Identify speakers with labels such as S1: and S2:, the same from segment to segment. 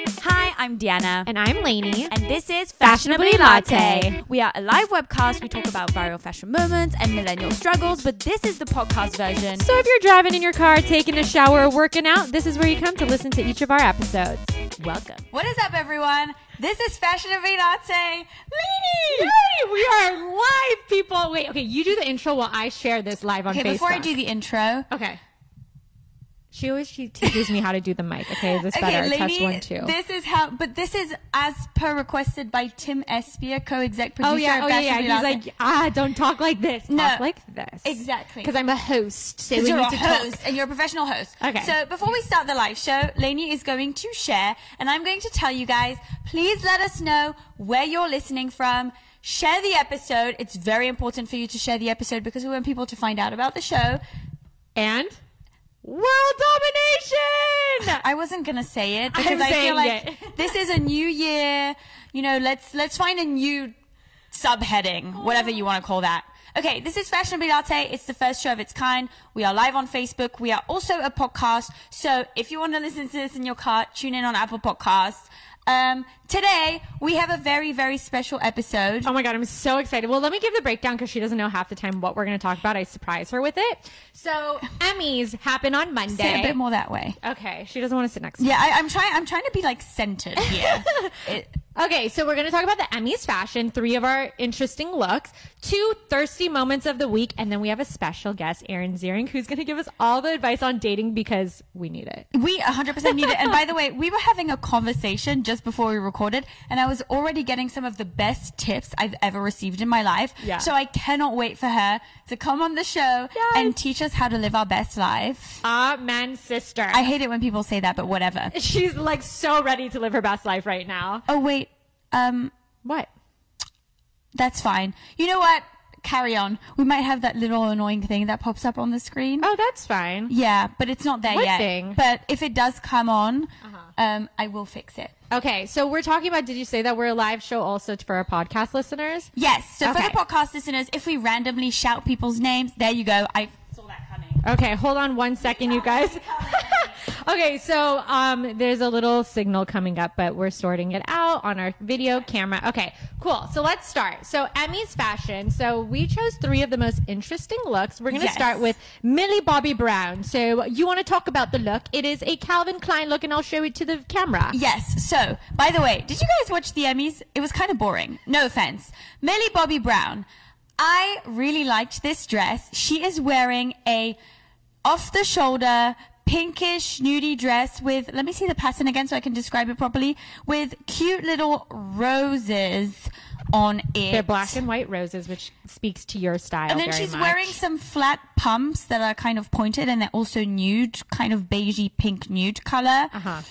S1: I'm Deanna.
S2: And I'm Lainey.
S1: And this is
S2: Fashionably Latte.
S1: We are a live webcast. We talk about viral fashion moments and millennial struggles, but this is the podcast version.
S2: So if you're driving in your car, taking a shower, or working out, this is where you come to listen to each of our episodes.
S1: Welcome.
S3: What is up, everyone? This is Fashionably Latte. Lady!
S2: we are live, people. Wait, okay, you do the intro while I share this live on
S3: Okay,
S2: Facebook.
S3: before I do the intro,
S2: okay. She always she teaches me how to do the mic. Okay, is this better?
S3: okay,
S2: Test
S3: lady,
S2: one, two.
S3: this is how, but this is as per requested by Tim Espia, co-exec producer
S2: oh yeah,
S3: of
S2: oh yeah,
S3: Fashionably
S2: yeah. He's
S3: Latte.
S2: like, ah, don't talk like this.
S3: No,
S2: talk like this.
S3: exactly.
S2: Because I'm a host, so we
S3: Because you're
S2: need
S3: a
S2: to
S3: host
S2: talk.
S3: and you're a professional host.
S2: Okay.
S3: So before we start the live show, Lainey is going to share, and I'm going to tell you guys. Please let us know where you're listening from. Share the episode. It's very important for you to share the episode because we want people to find out about the show.
S2: And world domination.
S3: I wasn't gonna say it because
S2: I'm
S3: i feel
S2: saying
S3: like
S2: it.
S3: this is a new year. You know, let's let's find a new subheading, whatever you want to call that. Okay, this is Fashionably Latte. It's the first show of its kind. We are live on Facebook. We are also a podcast. So if you want to listen to this in your car, tune in on Apple Podcasts. Um, today we have a very very special episode.
S2: Oh my god, I'm so excited. Well, let me give the breakdown because she doesn't know half the time what we're going to talk about. I surprise her with it. So Emmys happen on
S3: Say it a bit
S2: Monday.
S3: more that way.
S2: Okay, she doesn't want to sit next to me.
S3: Yeah, I, I'm trying. I'm trying to be like centered here. It-
S2: Okay, so we're going to talk about the Emmys fashion, three of our interesting looks, two thirsty moments of the week, and then we have a special guest, Erin Ziering, who's going to give us all the advice on dating because we need it.
S3: We 100% need it. And by the way, we were having a conversation just before we recorded, and I was already getting some of the best tips I've ever received in my life.
S2: Yeah.
S3: So I cannot wait for her to come on the show
S2: Yes.
S3: and teach us how to live our best life.
S2: Amen, Ah, sister.
S3: I hate it when people say that, but whatever.
S2: She's like so ready to live her best life right now.
S3: Oh, wait. Um,
S2: What?
S3: that's fine. You know what? Carry on. We might have that little annoying thing that pops up on the screen.
S2: Oh, that's fine.
S3: Yeah, but it's not there
S2: What
S3: yet.
S2: thing? Uh-huh.
S3: But if it does come on, um, I will fix it.
S2: Okay, so we're talking about did you say that we're a live show also for our podcast listeners?
S3: Yes. So
S2: Okay.
S3: for the podcast listeners, if we randomly shout people's names, there you go. I saw that coming.
S2: Okay, hold on one second, you guys. okay, so um, there's a little signal coming up, but we're sorting it out on our video camera. Okay, cool. So let's start. So Emmy's fashion. So we chose three of the most interesting looks. We're going to
S3: Yes.
S2: start with Millie Bobby Brown. So you want to talk about the look? It is a Calvin Klein look, and I'll show it to the camera.
S3: Yes. So, by the way, did you guys watch the Emmys? It was kind of boring. No offense. Millie Bobby Brown. I really liked this dress. She is wearing a off the shoulder pinkish nudie dress with let me see the pattern again so I can describe it properly with cute little roses on it.
S2: They're black and white roses, which speaks to your style.
S3: And then
S2: very
S3: she's
S2: much.
S3: wearing some flat pumps that are kind of pointed and they're also nude, kind of beigey pink nude color.
S2: Uh-huh.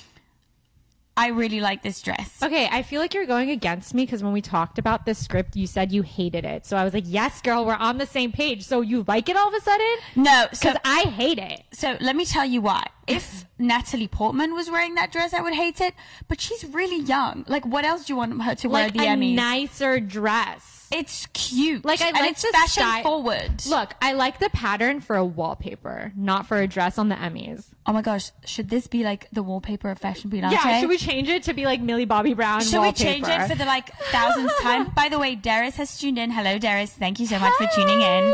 S3: I really like this dress.
S2: Okay, I feel like you're going against me because when we talked about this script, you said you hated it. So I was like, yes, girl, we're on the same page. So you like it all of a sudden?
S3: No, so
S2: Because I hate it.
S3: so let me tell you why. If Natalie Portman was wearing that dress, I would hate it. But she's really young. Like, what else do you want her to wear at
S2: Like
S3: the
S2: a
S3: Emmys?
S2: nicer dress.
S3: it's cute.
S2: Like, I
S3: and
S2: like
S3: it's
S2: the
S3: fashion
S2: sty-
S3: forward.
S2: Look, I like the pattern for a wallpaper, not for a dress on the Emmys.
S3: Oh my gosh, should this be like the wallpaper of Fashion Beyonce?
S2: Yeah, should we change it to be like Millie Bobby Brown
S3: Should we
S2: wallpaper?
S3: change it for the like thousandth time? By the way, Darius has tuned in. Hello, Darius. Thank you so much for tuning in.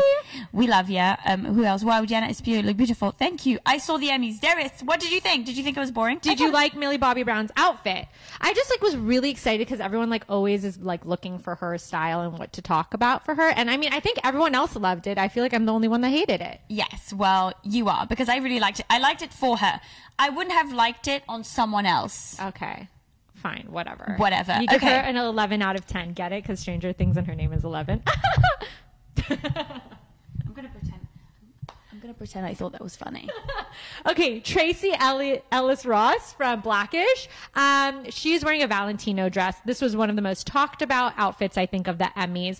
S3: We love you. Um, who else? Wow, Janet is beautiful. beautiful. Thank you. I saw the Emmys. Darius, what did you think? Did you think it was boring?
S2: Did you like Millie Bobby Brown's outfit? I just like was really excited because everyone like always is like looking for her style and what to talk about for her. And I mean, I think everyone else loved it. I feel like I'm the only one that hated it.
S3: Yes. Well, you are because I really liked it. I liked it for her. I wouldn't have liked it on someone else.
S2: Okay. Fine, whatever.
S3: Whatever.
S2: You give
S3: Okay.
S2: her an 11 out of 10. Get it? Because Stranger Things and her name is 11.
S3: I'm gonna pretend. I'm gonna pretend I thought that was funny.
S2: okay, Tracy Elli- Ellis Ross from Blackish. Um, she's wearing a Valentino dress. This was one of the most talked about outfits, I think, of the Emmys.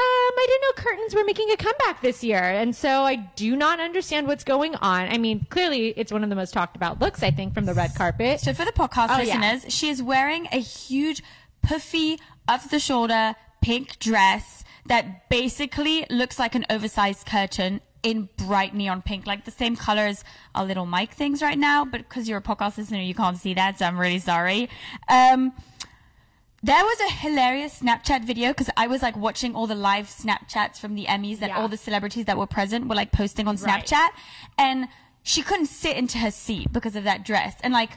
S2: Um, I didn't know curtains were making a comeback this year, and so I do not understand what's going on. I mean, clearly it's one of the most talked about looks, I think, from the red carpet.
S3: So for the podcast
S2: Oh, yeah.
S3: listeners, she is wearing a huge puffy off the shoulder pink dress that basically looks like an oversized curtain in bright neon pink, like the same color as our little mic things right now. But because you're a podcast listener, you can't see that, so I'm really sorry. Um, there was a hilarious Snapchat video because I was like watching all the live Snapchats from the Emmys that
S2: Yeah.
S3: all the celebrities that were present were like posting on
S2: Right.
S3: Snapchat. And she couldn't sit into her seat because of that dress. And like,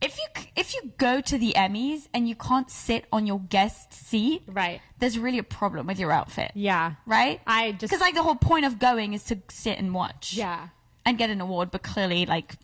S3: if you c- if you go to the Emmys and you can't sit on your guest seat,
S2: Right.
S3: There's really a problem with your outfit.
S2: Yeah.
S3: Right?
S2: I just-
S3: Cuz like the whole point of going is to sit and watch.
S2: Yeah.
S3: And get an award, but clearly like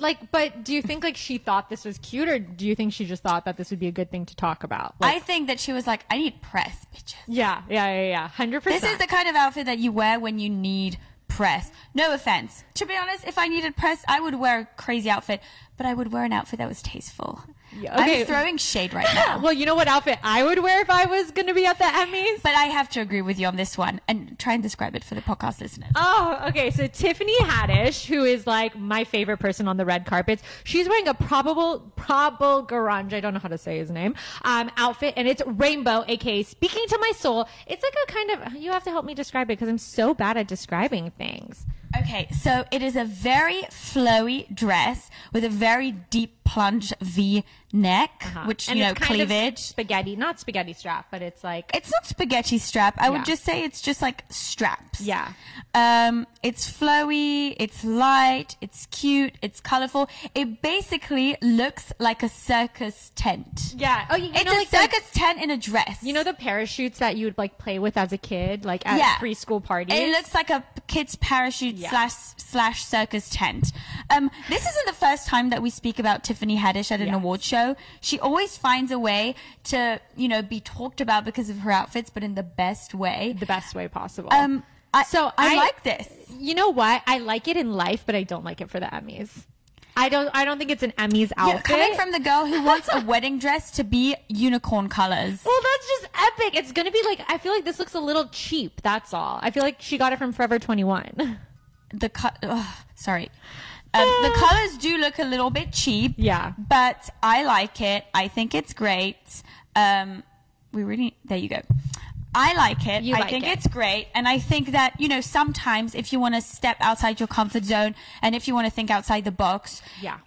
S2: Like, but do you think like she thought this was cute, or do you think she just thought that this would be a good thing to talk about? Like,
S3: I think that she was like I need press, bitches.
S2: yeah, yeah, yeah, yeah, hundred percent.
S3: This is the kind of outfit that you wear when you need press. No offense. To be honest, if I needed press, I would wear a crazy outfit, but I would wear an outfit that was tasteful.
S2: Yeah, okay.
S3: I'm throwing shade right now.
S2: Well, you know what outfit I would wear if I was going to be at the Emmys?
S3: But I have to agree with you on this one and try and describe it for the podcast listeners.
S2: Oh, okay. So Tiffany Haddish, who is like my favorite person on the red carpets, she's wearing a probable, probable garage. I don't know how to say his name. Um, outfit, and it's rainbow, aka speaking to my soul. It's like a kind of. You have to help me describe it because I'm so bad at describing things.
S3: Okay, so it is a very flowy dress with a very deep plunge V neck,
S2: Huh.
S3: which,
S2: Uh-huh. And
S3: you know,
S2: it's kind of
S3: cleavage.
S2: spaghetti, not spaghetti strap, but it's like
S3: it's not spaghetti strap. I
S2: Yeah.
S3: would just say it's just like straps.
S2: Yeah.
S3: Um, it's flowy, it's light, it's cute, it's colorful. It basically looks like a circus tent.
S2: yeah. Oh, you, you
S3: It's
S2: know,
S3: a
S2: like the-
S3: circus tent in a dress.
S2: you know the parachutes that you'd like play with as a kid, like at
S3: Yeah.
S2: preschool parties.
S3: It looks like a kid's parachute
S2: Yeah.
S3: slash slash circus tent. Um, this isn't the first time that we speak about Tiffany Haddish at an
S2: Yes.
S3: award show. She always finds a way to, you know, be talked about because of her outfits, but in the best way.
S2: the best way possible.
S3: Um, I,
S2: So
S3: so I,
S2: I-
S3: like this.
S2: you know what? I like it in life, but I don't like it for the Emmys. I don't. I don't think it's an Emmys
S3: You're
S2: outfit.
S3: coming from the girl who wants a wedding dress to be unicorn colors.
S2: well, that's just epic. It's gonna be like I feel like this looks a little cheap. That's all. I feel like she got it from Forever Twenty One.
S3: The co- ugh, sorry. Um, the colors do look a little bit cheap.
S2: Ah. Yeah.
S3: But I like it. I think it's great. Um, we really, there you go. I like it.
S2: You
S3: I
S2: like
S3: think
S2: it.
S3: it's great. And I think that, you know, sometimes if you want to step outside your comfort zone and if you want to think outside the box,
S2: Yeah.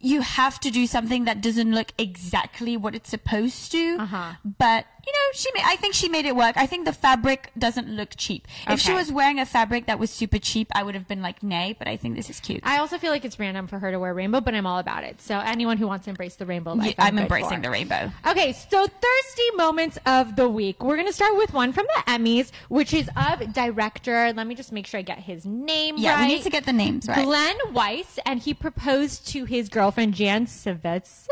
S3: you have to do something that doesn't look exactly what it's supposed to.
S2: Uh-huh.
S3: But you know, she made. I think she made it work. I think the fabric doesn't look cheap. If she
S2: Okay.
S3: was wearing a fabric that was super cheap, I would have been like, nay. But I think this is cute.
S2: I also feel like it's random for her to wear rainbow, but I'm all about it. So anyone who wants to embrace the rainbow life,
S3: Yeah, I'm
S2: good
S3: embracing
S2: for.
S3: the rainbow.
S2: Okay, so thirsty moments of the week. We're gonna start with one from the Emmys, which is of director. Let me just make sure I get his name
S3: Yeah,
S2: right.
S3: we need to get the names right.
S2: Glenn Weiss, and he proposed to his girlfriend Jan Svensson.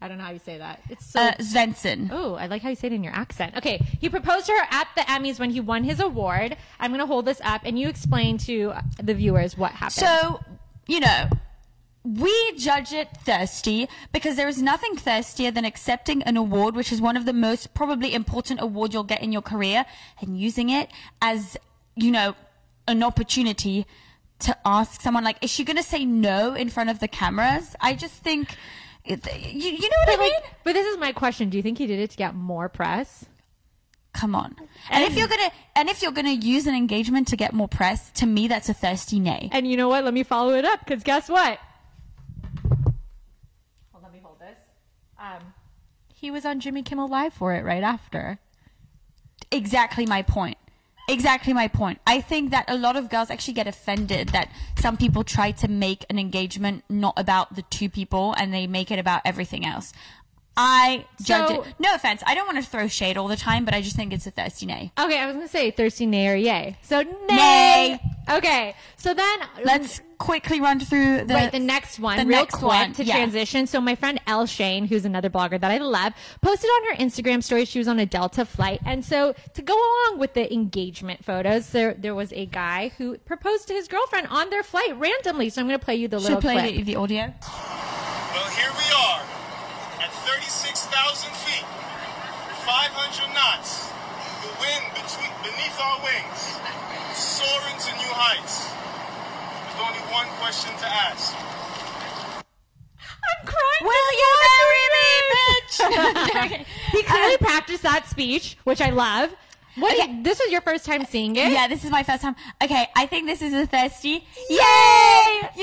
S2: I don't know how you say that. It's so.
S3: uh, Svensson.
S2: oh, I like how you say it in your accent. Okay, he proposed to her at the Emmys when he won his award. I'm gonna hold this up, and you explain to the viewers what happened.
S3: So you know. We judge it thirsty because there is nothing thirstier than accepting an award, which is one of the most probably important award you'll get in your career, and using it as, you know, an opportunity to ask someone like, is she going to say no in front of the cameras? I just think, it- you, you know what I
S2: but,
S3: mean?
S2: like, but this is my question: Do you think he did it to get more press?
S3: Come on. And, if you're gonna, and if you're gonna use an engagement to get more press, to me that's a thirsty nay.
S2: And you know what? Let me follow it up because guess what? Well, let me hold this. Um, he was on Jimmy Kimmel Live for it right after.
S3: exactly my point. Exactly my point. I think that a lot of girls actually get offended that some people try to make an engagement not about the two people and they make it about everything else. I judge
S2: So-
S3: it. No offense. I don't want to throw shade all the time, but I just think it's a thirsty nay.
S2: Okay, I was gonna say thirsty nay or yay. So nay.
S3: Nay.
S2: Okay, so then
S3: Let's quickly run through the
S2: Mm-hmm. right the next one
S3: the
S2: real
S3: next
S2: quick
S3: one,
S2: to
S3: yeah.
S2: transition. So my friend Elle Shane, who's another blogger that I love, posted on her Instagram story she was on a Delta flight, and so to go along with the engagement photos, there there was a guy who proposed to his girlfriend on their flight randomly. So I'm gonna play you the
S3: Should
S2: little
S3: play
S2: clip.
S3: the, the audio.
S4: Well, here we are at 36,000 feet, 500 knots, the wind between, beneath our wings, soaring to new heights. There's only one question to ask.
S2: I'm crying.
S3: Will you marry me, bitch?
S2: he clearly practiced that speech, which I love. What?
S3: Uh, Okay.
S2: This was your first time seeing it.
S3: Yeah, this is my first time. Okay, I think this is a thirsty. Yay! You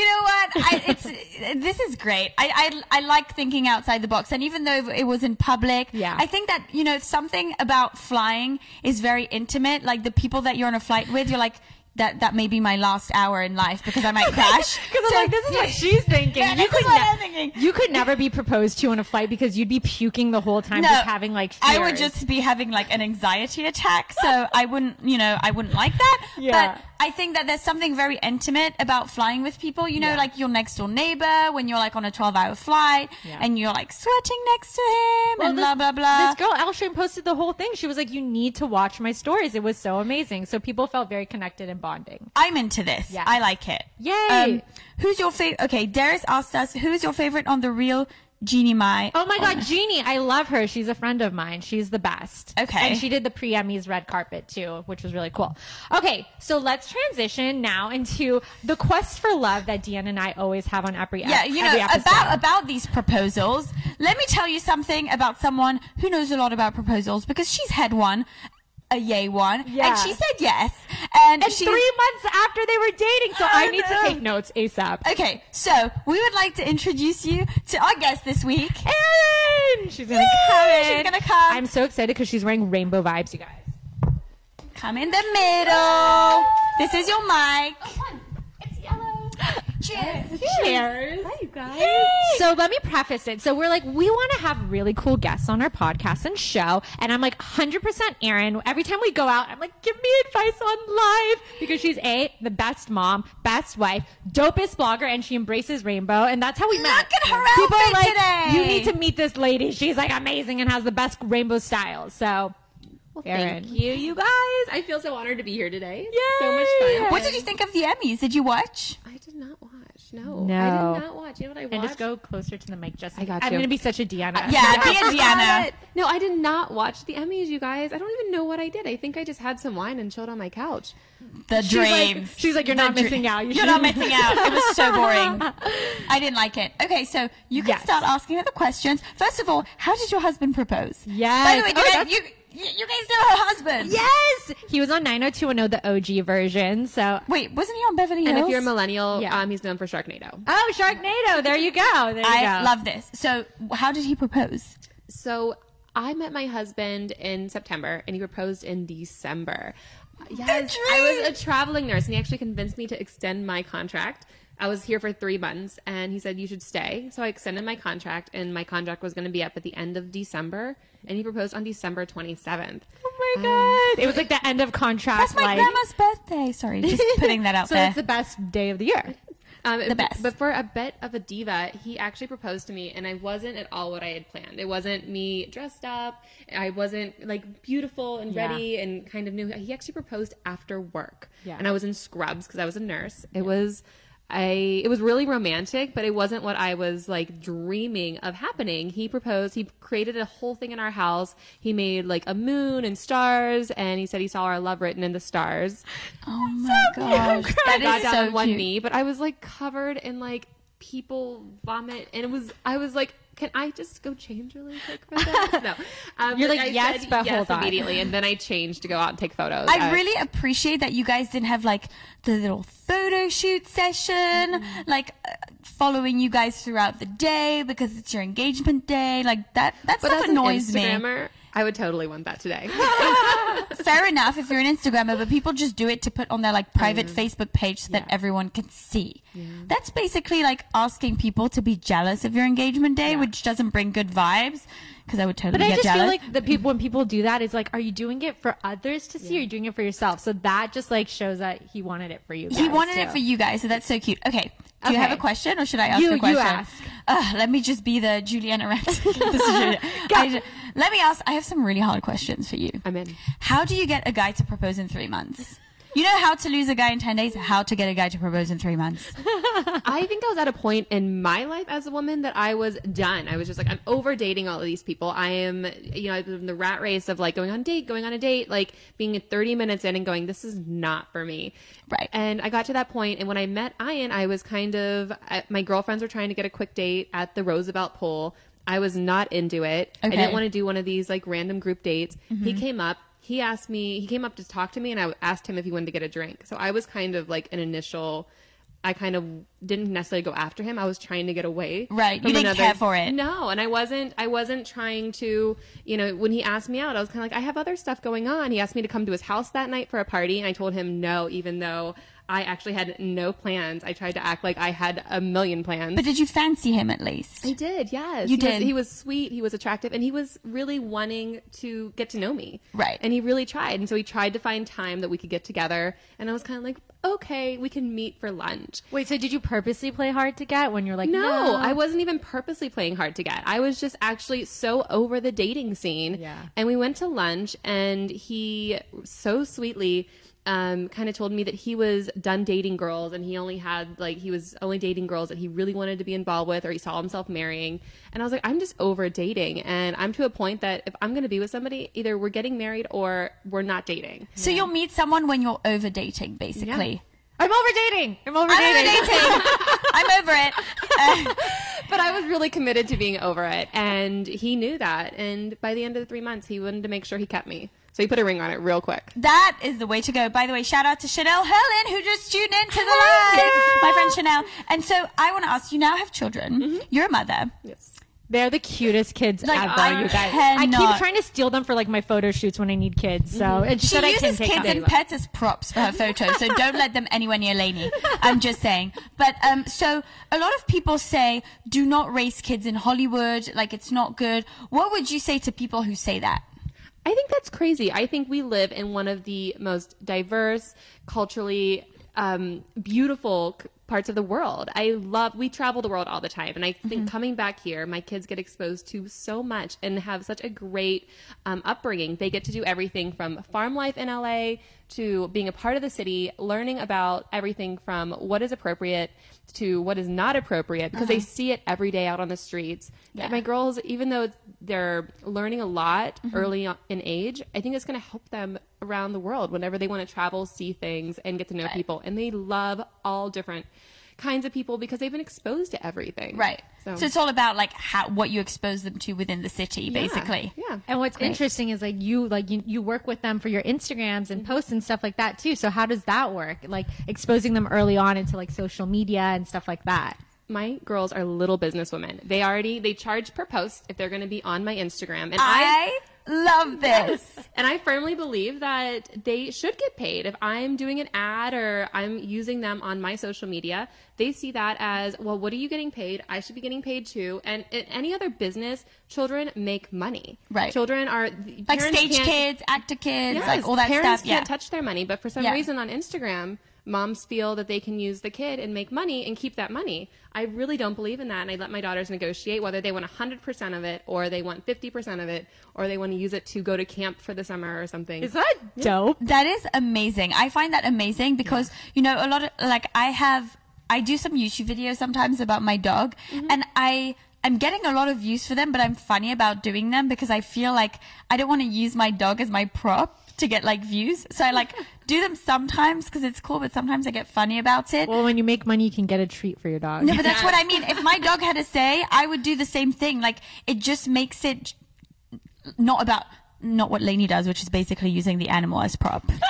S3: know what? I, it's this is great. I, I I like thinking outside the box, and even though it was in public,
S2: Yeah.
S3: I think that you know something about flying is very intimate. Like the people that you're on a flight with, you're like. That, that may be my last hour in life because I might crash.
S2: Because I'm
S3: So-
S2: like, this is what she's thinking.
S3: Yeah,
S2: you
S3: this
S2: could
S3: is what
S2: ne-
S3: I'm thinking.
S2: You could never be proposed to on a flight because you'd be puking the whole time, just having like. Fears.
S3: I would just be having like an anxiety attack. So I wouldn't, you know, I wouldn't like that.
S2: Yeah.
S3: But I think that there's something very intimate about flying with people. You know,
S2: Yeah.
S3: like your next door neighbor when you're like on a 12 hour flight
S2: Yeah.
S3: and you're like sweating next to him
S2: Well,
S3: and
S2: this-
S3: blah, blah, blah.
S2: This girl, Elshane, posted the whole thing. She was like, "You need to watch my stories. It was so amazing." So people felt very connected and bonding.
S3: I'm into this.
S2: Yes.
S3: I like it. Um,
S2: Yay.
S3: who's your favorite? Okay, Darius asked us, who's your favorite on the real Genie Mai?
S2: Oh my god, Jeannie, I love her. She's a friend of mine. She's the best.
S3: Okay.
S2: And she did the pre Emmys red carpet too, which was really cool. Okay, so let's transition now into the quest for love that Deanne and I always have on every ep-
S3: yeah, you know
S2: every episode.
S3: about about these proposals. Let me tell you something about someone who knows a lot about proposals because she's had one, a yay one,
S2: Yeah.
S3: and she said yes, and,
S2: and
S3: she
S2: three months after they were dating, so I,
S3: I
S2: need
S3: know.
S2: to take notes ASAP.
S3: Okay, so we would like to introduce you to our guest this week.
S2: Erin! She's gonna
S3: Yay,
S2: come in.
S3: she's gonna come.
S2: I'm so excited because she's wearing rainbow vibes, you guys.
S3: Come in the middle. This is your
S2: Oh,
S3: mic. Cheers.
S2: Cheers. Hi, you guys. So let me preface it. So we're like, we want to have really cool guests on our podcast and show. And I'm like, 100% Erin. Every time we go out, I'm like, give me advice on life. Because she's A, the best mom, best wife, dopest blogger, and she embraces rainbow. And that's how we met.
S3: Look at her
S2: People are
S3: outfit
S2: like,
S3: today.
S2: You need to meet this lady. She's like amazing and has the best rainbow style. So, Erin.
S5: Thank you, you guys. I feel so honored to be here today. It's So
S2: Yay!
S5: much fun.
S3: What did you think of the Emmys? Did you watch?
S5: I did not watch. No,
S2: No.
S5: I did not watch. You know what I watched?
S2: And just go closer to the mic, just
S5: I got
S2: I'm
S5: you.
S2: going to be such a Deanna.
S3: Yeah, be a Deanna.
S5: But- No, I did not watch the Emmys, you guys. I don't even know what I did. I think I just had some wine and chilled on my couch.
S3: The
S2: like-
S3: dreams.
S2: she's like, "You're
S3: The
S2: not missing out. You
S3: You're not
S2: shouldn't."
S3: missing out. It was so boring. I didn't like it. Okay, so you can
S2: Yes.
S3: start asking her the questions. First of all, how did your husband propose?
S2: Yes.
S3: By the way,
S2: Oh,
S3: you, guys,
S2: that's-
S3: you, you you guys know her husband.
S2: Yes, he was on 90210, the OG version. So,
S3: Wait, wasn't he on Beverly Hills?
S5: And if you're a millennial,
S2: Yeah.
S5: um, he's known for Sharknado.
S2: oh, Sharknado! There you go. There you
S3: I
S2: go.
S3: love this. So, how did he propose?
S5: So I met my husband in September, and he proposed in December. Yes,
S3: dream.
S5: I was a traveling nurse, and he actually convinced me to extend my contract. I was here for three months, and he said you should stay. So I extended my contract, and my contract was going to be up at the end of December, and he proposed on December 27th.
S2: Oh my god! It was like the end of contract.
S3: Mm. That's my
S2: like,
S3: grandma's birthday. Sorry, just putting that out
S2: so
S3: there.
S2: it's the best day of the year.
S5: Um, b-
S3: best.
S5: But for a bit of a diva, he actually proposed to me, and I wasn't at all what I had planned. It wasn't me dressed up. I wasn't like beautiful and
S2: Yeah.
S5: ready and kind of new. He actually proposed after work,
S2: Yeah.
S5: and I was in scrubs because I was a nurse. It was. I, it was really romantic, but it wasn't what I was like dreaming of happening. He proposed, he created a whole thing in our house. He made like a moon and stars, and he said he saw our love written in the stars.
S3: oh my gosh,
S5: I got
S3: that is
S5: down
S3: so
S5: on one
S3: cute.
S5: knee, but I was like covered in like people vomit, and it was I was like, can I just go change really quick for this? No, um,
S2: You're
S5: but
S2: like,
S5: I
S2: yes,
S5: said
S2: but hold on.
S5: immediately, and then I changed to go out and take photos.
S3: I
S5: Uh,
S3: really appreciate that you guys didn't have like the little photo shoot session,
S5: Mm-hmm.
S3: like uh, following you guys throughout the day because it's your engagement day. Like that, that
S5: but
S3: stuff
S5: as an
S3: annoys me.
S5: Instagrammer, I would totally want that today.
S3: Fair enough if you're an Instagrammer, but people just do it to put on their like private Facebook page so that
S5: Yeah.
S3: everyone can see. That's basically like asking people to be jealous of your engagement day, which doesn't bring good vibes. Because I would totally
S2: But I
S3: get
S2: just
S3: jealous.
S2: feel like the people when people do that is like, are you doing it for others to see, or are you doing it for yourself? So that just like shows that he wanted it for you.
S3: He
S2: guys,
S3: wanted it
S2: too.
S3: for you guys, so that's so cute. Okay. Do you have a
S2: Okay.
S3: question, or should I ask
S2: You-
S3: a
S2: you
S3: question?
S2: ask.
S3: Ugh, let me just be the Juliana Rancic. This is Juliana. I ju- let me ask. I have some really hard questions for you.
S5: I'm in.
S3: How do you get a guy to propose in three months? You know how to lose a guy in ten days. How to get a guy to propose in three months?
S5: I think I was at a point in my life as a woman that I was done. I was just like, I'm over dating all of these people. I am, you know, I've been in the rat race of like going on date, going on a date, like being 30 minutes in and going, this is not for me.
S3: Right.
S5: And I got to that point, and when I met Ian, I was kind of, I, my girlfriends were trying to get a quick date at the Roosevelt pool. I was not into it. I
S3: Okay. Mm-hmm.
S5: didn't want to do one of these like random group dates. He came up. he asked me, he came up to talk to me, and I asked him if he wanted to get a drink. So I was kind of like an initial. I kind of didn't necessarily go after him. I was trying to get away.
S3: Right. You
S5: from
S3: didn't
S5: another-
S3: care for it.
S5: No, and I wasn't. I wasn't trying to. You know, when he asked me out, I was kind of like, I have other stuff going on. He asked me to come to his house that night for a party, and I told him no, even though I actually had no plans. I tried to act like I had a million plans.
S3: But did you fancy him at least?
S5: I did, yes.
S3: You
S5: he
S3: did.
S5: Was, he was sweet. He was attractive, and he was really wanting to get to know me.
S3: Right.
S5: And he really tried, and so he tried to find time that we could get together. And I was kind of like, okay, we can meet for lunch.
S2: Wait, so did you purposely play hard to get when you're like, no,
S5: No, I wasn't even purposely playing hard to get. I was just actually so over the dating scene.
S2: Yeah.
S5: And we went to lunch, and he so sweetly um, kind of told me that he was done dating girls, and he only had like he was only dating girls that he really wanted to be involved with, or he saw himself marrying. And I was like, I'm just over dating, and I'm to a point that if I'm going to be with somebody, either we're getting married or we're not dating.
S3: So you'll meet someone when you're over dating, basically.
S2: I'm over dating. I'm over
S3: I'm over
S2: dating.
S3: dating. I'm over it. Uh,
S5: But I was really committed to being over it, and he knew that. And by the end of the three months, he wanted to make sure he kept me. So he put a ring on it real quick.
S3: that is the way to go. By the way, shout out to Chanel Helen who just tuned into the live. My friend Chanel. And so I want to ask you now have children. You're a mother.
S5: Yes.
S2: They're the cutest kids
S3: Like,
S2: ever,
S3: I
S2: you guys. I
S3: cannot- Mm-hmm.
S2: keep trying to steal them for like my photo shoots when I need kids. So it's just
S3: She
S2: that I can
S3: uses
S2: take
S3: kids
S2: them.
S3: and pets as props for her photos, so don't let them anywhere near Lainey. I'm just saying. But um, so a lot of people say, do not raise kids in Hollywood, like it's not good. What would you say to people who say that?
S5: I think that's crazy. I think we live in one of the most diverse, culturally um, beautiful c- parts of the world. I love, we travel the world all the time. And I think coming back here, my kids get exposed to so much and have such a great um, upbringing. They get to do everything from farm life in LA to being a part of the city, learning about everything from what is appropriate to what is not appropriate because they see it every day out on the streets.
S3: Uh-huh. Yeah.
S5: My girls, even though it's- they're learning a lot
S3: Mm-hmm.
S5: early on in age, I think it's going to help them around the world whenever they want to travel, see things, and get to know people. And they love all different kinds of people because they've been exposed to everything.
S3: Right. So,
S5: So,
S3: it's all about like how what you expose them to within the city,
S5: yeah,
S3: basically.
S5: Yeah.
S2: And what's interesting is like you like you, you work with them for your Instagrams and posts and stuff like that too. So how does that work? Like exposing them early on into like social media and stuff like that.
S5: My girls are little businesswomen. They already they charge per post if they're going to be on my Instagram. And
S3: I love this.
S5: And I firmly believe that they should get paid. If I'm doing an ad or I'm using them on my social media, they see that as, well, what are you getting paid? I should be getting paid too. And in any other business, children make money.
S3: Right.
S5: Children are the
S3: Like
S5: parents
S3: stage
S5: can't-
S3: kids, actor kids,
S5: Yes,
S3: like all that
S5: parents
S3: stuff.
S5: can't
S3: yeah.
S5: touch their money, but for some
S3: Yeah.
S5: reason on Instagram, moms feel that they can use the kid and make money and keep that money. I really don't believe in that, and I let my daughters negotiate whether they want 100% of it or they want 50% of it or they want to use it to go to camp for the summer or something.
S2: Is that dope?
S3: That is amazing. I find that amazing because you know a lot of like I have I do some YouTube videos sometimes about my dog
S5: Mm-hmm.
S3: and I I'm getting a lot of views for them but I'm funny about doing them because I feel like I don't want to use my dog as my prop to get like views. So I like do them sometimes because it's cool but sometimes I get funny about it.
S2: Well, when you make money, you can get a treat for your dog.
S3: No, but that's what I mean. If my dog had a say, I would do the same thing. Like it just makes it not about not what Lainey does, which is basically using the animal as prop.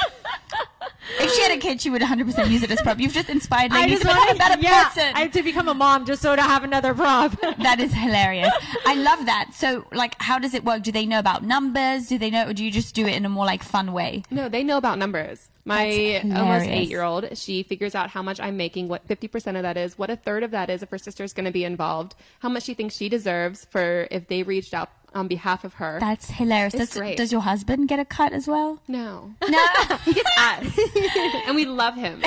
S3: if she had a kid, she would 100% use it as prop. You've just inspired
S2: I
S3: Lainey
S2: just
S3: to become
S2: want
S3: a better
S2: yeah,
S3: person.
S2: I have to become a mom just so to have another prop.
S3: that is hilarious. I love that. So, like, how does it work? Do they know about numbers? Do they know, or do you just do it in a more like fun way?
S5: No, they know about numbers. My
S3: That's hilarious.
S5: almost eight year old, she figures out how much I'm making, what 50% of that is, what a third of that is if her sister's going to be involved, how much she thinks she deserves for if they reached out on behalf of her.
S3: That's hilarious.
S5: It's
S3: Does,
S5: great.
S3: does your husband get a cut as well?
S5: no.
S3: No,
S5: He gets us. and we love him.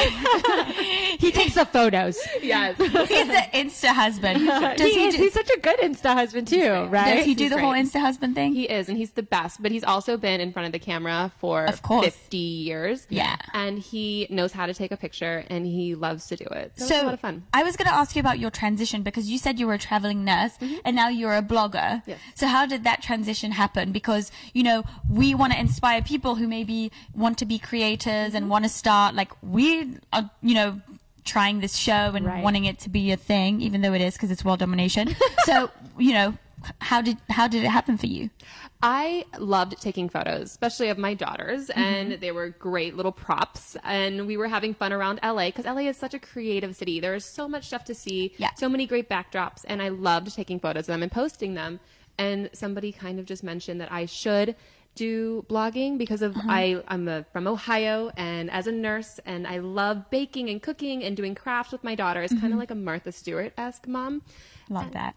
S2: he takes the photos.
S5: Yes.
S3: he's an Insta husband. Does
S2: He,
S3: he,
S2: is.
S3: do,
S2: He's such a good Insta husband too, right?
S3: does he do
S5: He's
S3: the whole
S5: great.
S3: Insta husband thing?
S5: He is, and he's the best. But he's also been in front of the camera for
S3: Of course.
S5: 50 years.
S3: Yeah.
S5: And he knows how to take a picture, and he loves to do it. So, it's a lot of fun.
S3: I was going to ask you about your transition because you said you were a traveling nurse and now you're a blogger.
S5: Mm-hmm. Yes.
S3: So how did that transition happen? Because, you know, we want to inspire people who maybe want to be creators
S5: Mm-hmm.
S3: and want to start like we are, you know, trying this show and
S2: Right.
S3: wanting it to be a thing, even though it is because it's world domination. so, you know, how did how did it happen for you?
S5: I loved taking photos, especially of my daughters, and they were great little props. And we were having fun around LA because LA is such a creative city. There is so much stuff to see,
S3: Yeah.
S5: so many great backdrops, and I loved taking photos of them and posting them. And somebody kind of just mentioned that I should do blogging because of I I'm a, from Ohio and as a nurse and I love baking and cooking and doing crafts with my daughters, kind of like a Martha Stewart-esque mom.
S3: Love that.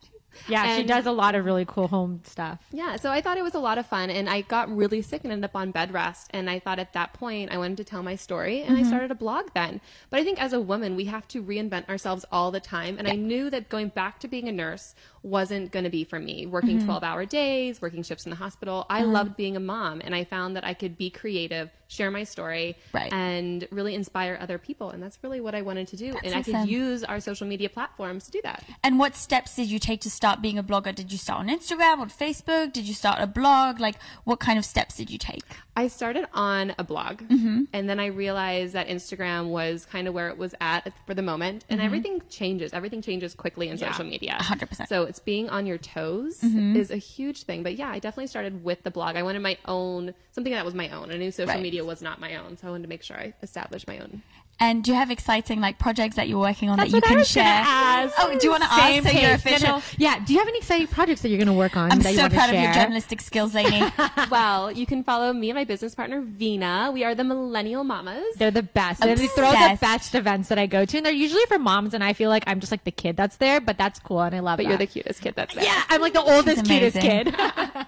S2: Yeah, she
S5: And-
S2: does a lot of really cool home stuff.
S5: Yeah, so I thought it was a lot of fun, and I got really sick and ended up on bed rest. And I thought at that point I wanted to tell my story, and I started a blog then. But I think as a woman, we have to reinvent ourselves all the time. And I knew that going back to being a nurse wasn't going to be for me. Working 12 hour days, working shifts in the hospital. I loved being a mom, and I found that I could be creative, share my story,
S3: Right.
S5: and really inspire other people. And that's really what I wanted to do. and I
S3: awesome.
S5: could use our social media platforms to do that.
S3: And what steps did you take to start being a blogger? Did you start on Instagram, on Facebook? Did you start a blog? Like, what kind of steps did you take?
S5: I started on a blog, and then I realized that Instagram was kind of where it was at for the moment. And everything changes. Everything changes quickly in social media.
S3: 100%.
S5: So it's being on your toes is a huge thing. But yeah, I definitely started with the blog. I wanted my own something that was my own. I knew social
S3: Right.
S5: media was not my own, so I wanted to make sure I established my own.
S3: And do you have exciting like projects that you're working on
S2: That's
S3: that you
S2: what
S3: can
S2: I was
S3: share?
S2: gonna ask.
S3: Oh, do you want to ask
S2: Same
S3: so you're
S2: page.
S3: official?
S2: No, no. Yeah. Do you have any exciting projects that you're going to work on?
S3: I'm
S2: that you
S3: so
S2: want to
S3: proud
S2: share?
S3: of your journalistic skills, lady.
S5: well, you can follow me and my business partner Vina. We are the Millennial Mamas.
S2: They're the best. They- They throw the
S3: Obsessed.
S2: best events that I go to, and they're usually for moms. And I feel like I'm just like the kid that's there, but that's cool, and I love it.
S5: But you're the cutest kid that's there.
S2: Yeah, I'm like the oldest, cutest
S3: amazing.
S2: kid.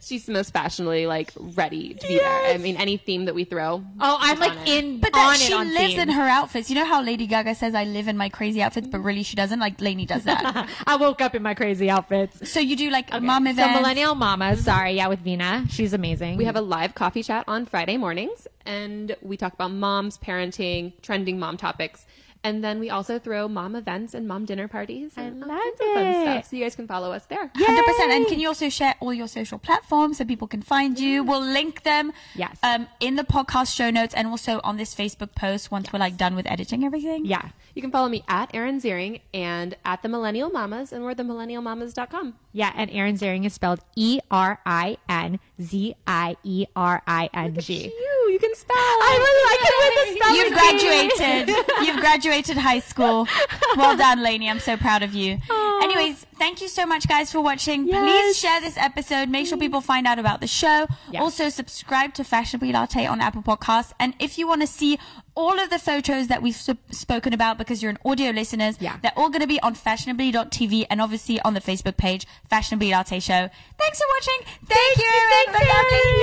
S5: She's the most fashionably like ready to be there. I mean, any theme that we throw.
S2: Oh, I'm
S5: she's
S2: like
S5: on it.
S2: in
S3: But
S2: on
S3: that she
S2: it on
S3: lives
S2: theme.
S3: in her outfits. You know how Lady Gaga says, "I live in my crazy outfits," but really she doesn't. Like Lainey does that.
S2: I woke up in my crazy outfits.
S3: so you do like a mom
S2: So
S3: event.
S2: millennial mama, sorry, yeah, with Vina, she's amazing.
S5: We have a live coffee chat on Friday mornings, and we talk about moms, parenting, trending mom topics. And then we also throw mom events and mom dinner parties and all
S2: love
S5: kinds of fun
S2: it.
S5: stuff. So you guys can follow us there.
S3: Hundred percent. And can you also share all your social platforms so people can find you? We'll link them.
S2: Mm-hmm. Yes.
S3: Um, in the podcast show notes and also on this Facebook post once we're like done with editing everything.
S2: yeah.
S5: You can follow me at Erin Ziering and at the Millennial Mamas, and we're the millennialmamas.com.
S2: Yeah, and Erin Zering is spelled E R I N Z I E R I N G.
S5: You, you can spell.
S2: I was like,
S3: You've graduated. You've graduated high school. Well done, Lainey. I'm so proud of you. Anyways, thank you so much, guys, for watching. Please share this episode. Make sure people find out about the show. Also, subscribe to Fashionably Latte on Apple Podcasts. And if you want to see all of the photos that we've sp- spoken about because you're an audio listeners,
S2: Yeah.
S3: they're all going to be on fashionably.tv and obviously on the Facebook page, Fashionably Latte Show. Thanks for watching. Thank, you, Erin, for coming.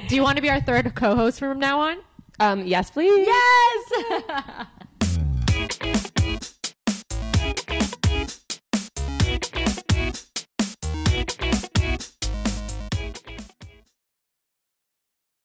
S3: Yay!
S2: Do you want to be our third co-host from now on?
S5: Um, yes, please.
S2: Yes.